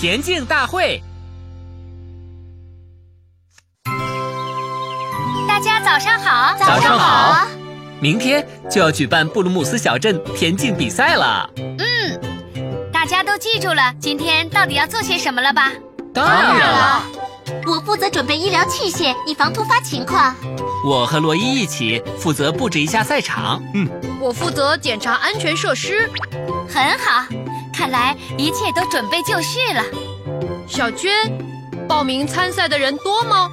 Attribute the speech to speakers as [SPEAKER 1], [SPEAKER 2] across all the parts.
[SPEAKER 1] 田径大会。
[SPEAKER 2] 大家早上好，
[SPEAKER 1] 早上好。明天就要举办布鲁姆斯小镇田径比赛了，
[SPEAKER 2] 大家都记住了今天到底要做些什么了吧？
[SPEAKER 1] 当
[SPEAKER 3] 当然
[SPEAKER 1] 了，
[SPEAKER 3] 了，我负责准备医疗器械，以防突发情况。
[SPEAKER 1] 我和罗伊一起负责布置一下赛场。
[SPEAKER 4] 嗯
[SPEAKER 5] 我负责检查安全设施，
[SPEAKER 2] 很好，看来一切都准备就绪了。
[SPEAKER 5] 小娟，报名参赛的人多吗？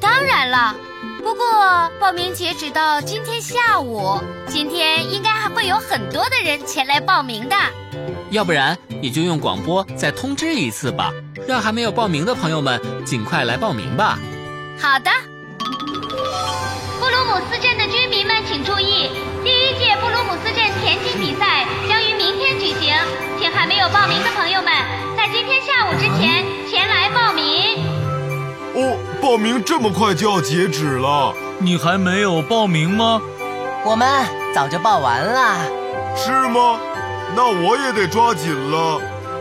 [SPEAKER 2] 当然了，不过报名截止到今天下午，今天应该还会有很多的人前来报名的。
[SPEAKER 1] 要不然你就用广播再通知一次吧，让还没有报名的朋友们尽快来报名吧。
[SPEAKER 2] 好的。布鲁姆斯镇的居民们请注意，第一届布鲁姆斯镇田径比赛将于明天举行，请还没有报名的朋友们在今天下午之前前来报名。
[SPEAKER 6] 哦，报名这么快就要截止了？
[SPEAKER 7] 你还没有报名吗？
[SPEAKER 8] 我们早就报完了。
[SPEAKER 6] 是吗？那我也得抓紧了。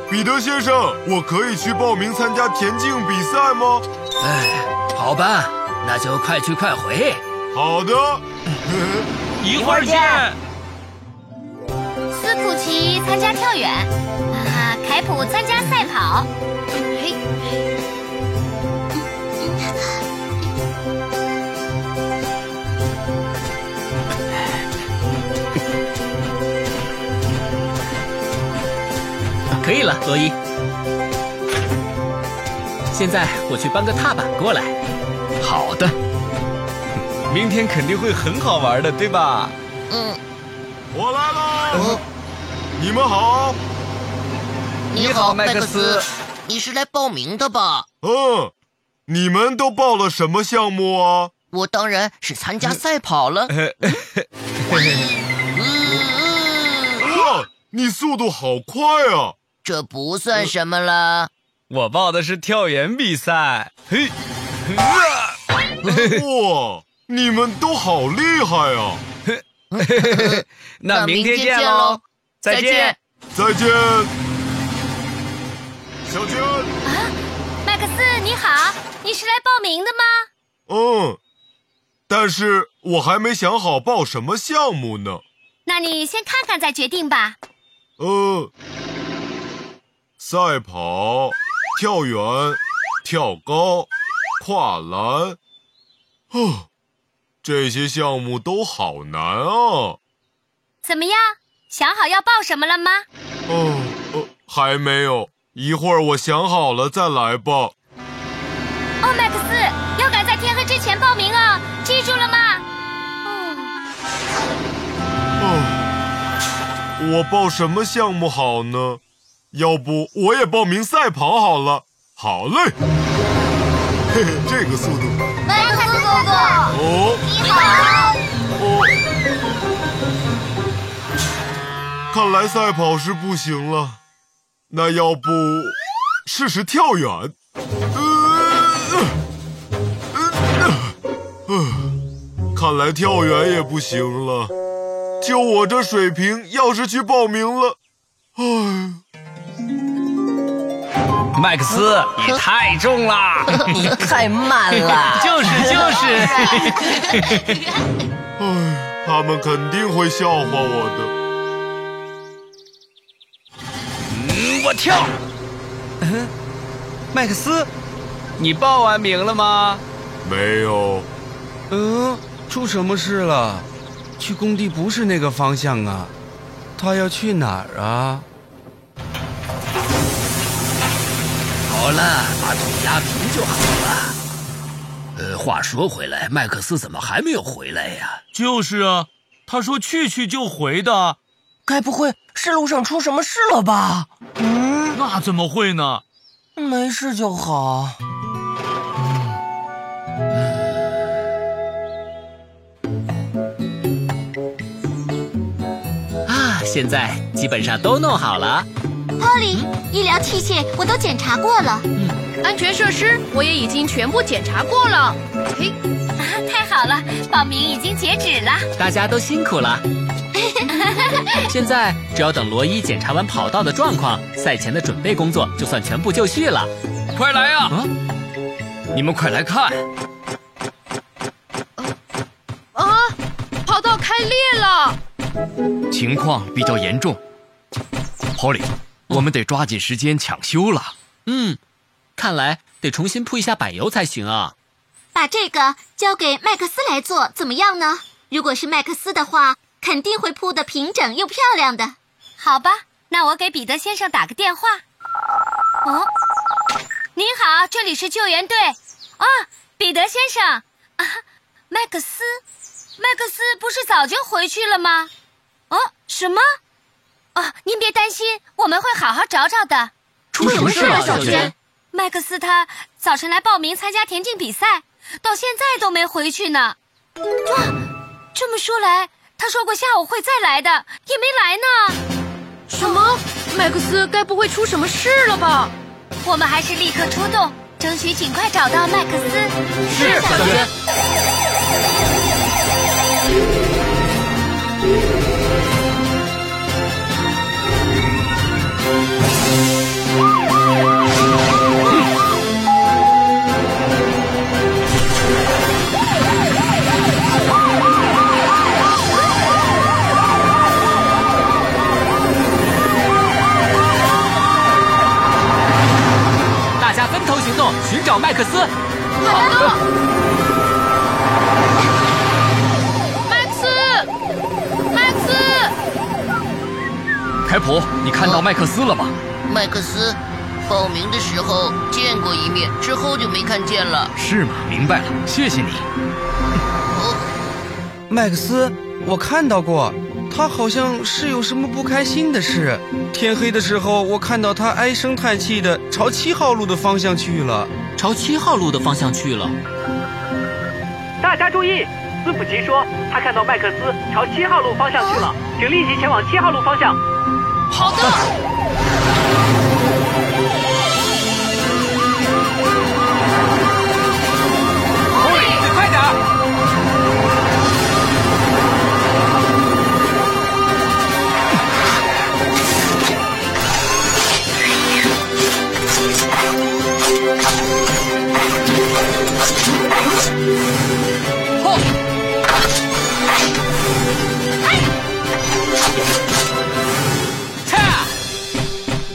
[SPEAKER 6] 彼得先生，我可以去报名参加田径比赛吗？
[SPEAKER 1] 哎，好吧，那就快去快回。
[SPEAKER 6] 好的。
[SPEAKER 7] 一会儿见。
[SPEAKER 2] 斯库奇参加跳远，啊，凯普参加赛跑，
[SPEAKER 5] 嘿，
[SPEAKER 1] 可以了，罗伊。现在我去搬个踏板过来。
[SPEAKER 4] 好的，明天肯定会很好玩的，对吧？
[SPEAKER 6] 我来啦！你们好。
[SPEAKER 4] 你好麦克斯，
[SPEAKER 3] 你是来报名的吧？
[SPEAKER 6] 嗯，你们都报了什么项目啊？
[SPEAKER 3] 我当然是参加赛 跑了。嗯嗯
[SPEAKER 6] 哇，你速度好快啊！
[SPEAKER 3] 这不算什么了。
[SPEAKER 4] 我报的是跳远比赛。嘿，
[SPEAKER 6] 哇，你们都好厉害啊！
[SPEAKER 3] 那明天见喽，
[SPEAKER 4] 再见。
[SPEAKER 6] 再见，小娟。
[SPEAKER 2] 麦克斯你好，你是来报名的吗？
[SPEAKER 6] 嗯，但是我还没想好报什么项目呢。
[SPEAKER 2] 那你先看看再决定吧。
[SPEAKER 6] 呃，赛跑、跳远、跳高、跨栏，哦，这些项目都好难啊。
[SPEAKER 2] 怎么样？想好要报什么了吗？
[SPEAKER 6] 哦，呃，还没有，一会儿我想好了再来吧。
[SPEAKER 2] 哦，麦克斯，要赶在天黑之前报名哦，记住了吗？哦，
[SPEAKER 6] 哦，我报什么项目好呢？要不我也报名赛跑好了。好嘞，嘿嘿，这个速度
[SPEAKER 3] 麦克斯哥哥，
[SPEAKER 6] 哦
[SPEAKER 3] 你好。
[SPEAKER 6] 哦，看来赛跑是不行了。那要不试试跳远？呃呃呃呃看来跳远也不行了。就我这水平，要是去报名了，唉。
[SPEAKER 7] 麦克斯，你太重了。。
[SPEAKER 8] 你太慢了
[SPEAKER 7] 就是就是，
[SPEAKER 6] 唉，哎他们肯定会笑话我的。
[SPEAKER 7] 嗯我跳。嗯
[SPEAKER 4] 麦克斯，你报完名了吗？
[SPEAKER 6] 没有，
[SPEAKER 4] 嗯，出什么事了？去工地不是那个方向啊。他要去哪儿啊？
[SPEAKER 1] 好了，把土压平就好了。呃，话说回来，麦克斯怎么还没有回来呀、
[SPEAKER 7] 就是啊，他说去去就回的，
[SPEAKER 8] 该不会是路上出什么事了吧？
[SPEAKER 9] 嗯
[SPEAKER 7] 那怎么会呢？
[SPEAKER 8] 没事就好。
[SPEAKER 1] 啊？现在基本上都弄好了。
[SPEAKER 3] 波利，医疗器械我都检查过了。
[SPEAKER 5] 安全设施我也已经全部检查过了。嘿，
[SPEAKER 2] 啊，太好了，报名已经截止了。
[SPEAKER 1] 大家都辛苦了。现在只要等罗伊检查完跑道的状况，赛前的准备工作就算全部就绪了。
[SPEAKER 7] 快来呀、
[SPEAKER 1] 啊
[SPEAKER 7] 你们快来看，
[SPEAKER 5] 啊，跑道开裂了！
[SPEAKER 10] 情况比较严重。Polly，我们得抓紧时间抢修了。
[SPEAKER 1] 嗯，看来得重新铺一下柏油才行啊。
[SPEAKER 3] 把这个交给麦克斯来做，怎么样呢？如果是麦克斯的话，肯定会铺的平整又漂亮的。
[SPEAKER 2] 好吧，那我给彼得先生打个电话。哦，您好，这里是救援队。啊、彼得先生，啊，麦克斯，麦克斯不是早就回去了吗？哦，什么？啊，您别担心，我们会好好找找的。
[SPEAKER 1] 出什么事了，小娟？
[SPEAKER 2] 麦克斯他早晨来报名参加田径比赛，到现在都没回去呢。哇，这么说来，他说过下午会再来的，也没来呢。
[SPEAKER 5] 什么？麦克斯该不会出什么事了吧？
[SPEAKER 2] 我们还是立刻出动，争取尽快找到麦克斯。
[SPEAKER 1] 是小娟。大家分头行动，寻找麦克斯。
[SPEAKER 5] 麦克斯，麦克斯，
[SPEAKER 10] 凯普，你看到麦克斯了吗？
[SPEAKER 9] 麦克斯报名的时候见过一面，之后就没看见了。
[SPEAKER 10] 是吗？明白了，谢谢你。
[SPEAKER 9] 哦
[SPEAKER 4] 麦克斯，我看到过，他好像是有什么不开心的事。天黑的时候，我看到他唉声叹气的朝七号路的方向去了。
[SPEAKER 1] 朝七号路的方向去了。
[SPEAKER 11] 大家注意，斯普奇说他看到麦克斯朝七号路方向去了，请立即前往七号路方向。
[SPEAKER 5] 好的，
[SPEAKER 7] 快点儿！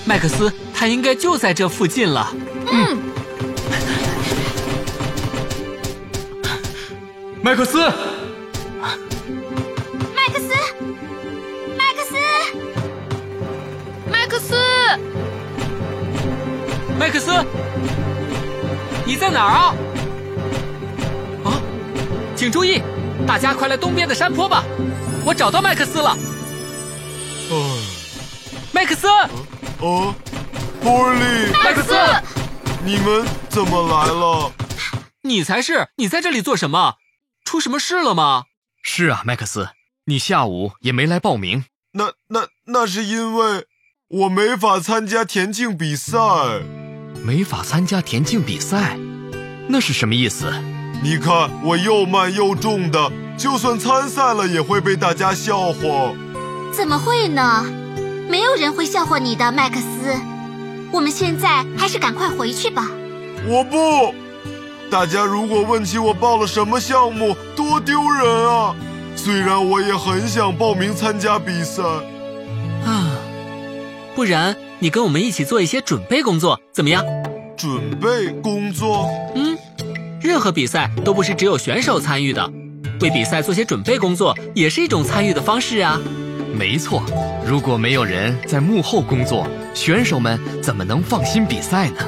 [SPEAKER 1] 麦克斯，他应该就在这附近了。
[SPEAKER 10] 麦克斯，
[SPEAKER 3] 麦克斯，麦克斯，
[SPEAKER 5] 麦克斯，
[SPEAKER 1] 麦克斯，你在哪儿啊？啊，请注意，大家快来东边的山坡吧！我找到麦克斯了，
[SPEAKER 6] 哎，
[SPEAKER 1] 麦克斯，
[SPEAKER 6] 哦，波利，
[SPEAKER 1] 麦克斯，
[SPEAKER 6] 你们怎么来了？
[SPEAKER 1] 你才是！你在这里做什么？出什么事了吗？
[SPEAKER 10] 是啊，麦克斯，你下午也没来报名。
[SPEAKER 6] 那那那是因为我没法参加田径比赛。
[SPEAKER 10] 没法参加田径比赛，那是什么意思？
[SPEAKER 6] 你看我又慢又重的，就算参赛了也会被大家笑话。
[SPEAKER 3] 怎么会呢？没有人会笑话你的，麦克斯。我们现在还是赶快回去吧。
[SPEAKER 6] 我不。大家如果问起我报了什么项目，多丢人啊！虽然我也很想报名参加比赛，
[SPEAKER 1] 啊，不然你跟我们一起做一些准备工作，怎么样？
[SPEAKER 6] 准备工作。
[SPEAKER 1] 嗯，任何比赛都不是只有选手参与的，为比赛做些准备工作也是一种参与的方式啊。
[SPEAKER 10] 没错，如果没有人在幕后工作，选手们怎么能放心比赛呢？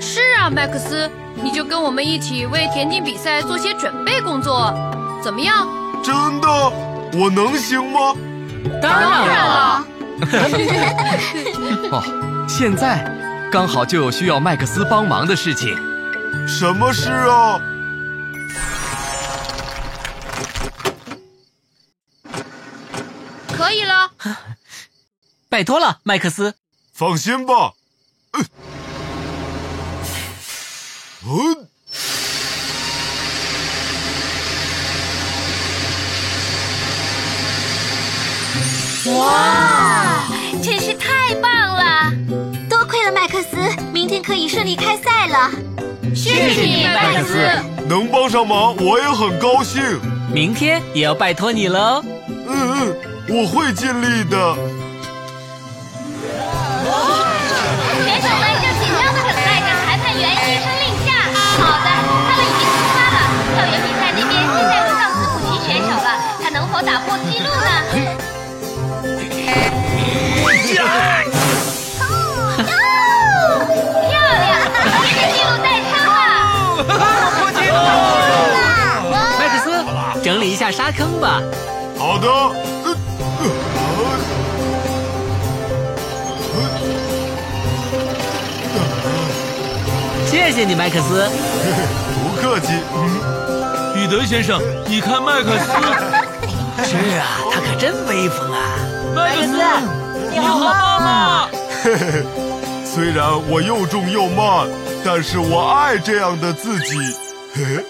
[SPEAKER 5] 是啊，麦克斯，你就跟我们一起为田径比赛做些准备工作，怎么样？
[SPEAKER 6] 真的，我能行吗？
[SPEAKER 1] 当然了，
[SPEAKER 10] 哦，现在刚好就有需要麦克斯帮忙的事情。
[SPEAKER 6] 什么事啊？
[SPEAKER 5] 可以了，
[SPEAKER 1] 拜托了，麦克斯。
[SPEAKER 6] 放心吧。呃嗯，
[SPEAKER 1] 啊！
[SPEAKER 3] 哇，
[SPEAKER 2] 真是太棒了！
[SPEAKER 3] 多亏了麦克斯，明天可以顺利开赛了。
[SPEAKER 2] 谢谢你，麦克斯。
[SPEAKER 6] 能帮上忙，我也很高兴。
[SPEAKER 1] 明天也要拜托你喽。
[SPEAKER 6] 嗯嗯，我会尽力的。
[SPEAKER 2] 选手们正紧张的等待着裁判员一声令下。好的，他们已经出发了。校园比赛那边现在轮到斯普奇选手了，他能否打破记录呢？哦漂亮，你的记录啊代称了。破记录了！
[SPEAKER 1] 麦克斯，整理一下沙坑吧。
[SPEAKER 6] 好的。呃
[SPEAKER 1] 谢谢你，麦克斯。
[SPEAKER 6] 不客气。嗯
[SPEAKER 7] 彼得先生，你看麦克斯。
[SPEAKER 1] 是啊，他可真威风啊！
[SPEAKER 7] 麦克斯，你好棒啊！
[SPEAKER 6] 嘿嘿嘿，虽然我又重又慢，但是我爱这样的自己。嘿嘿。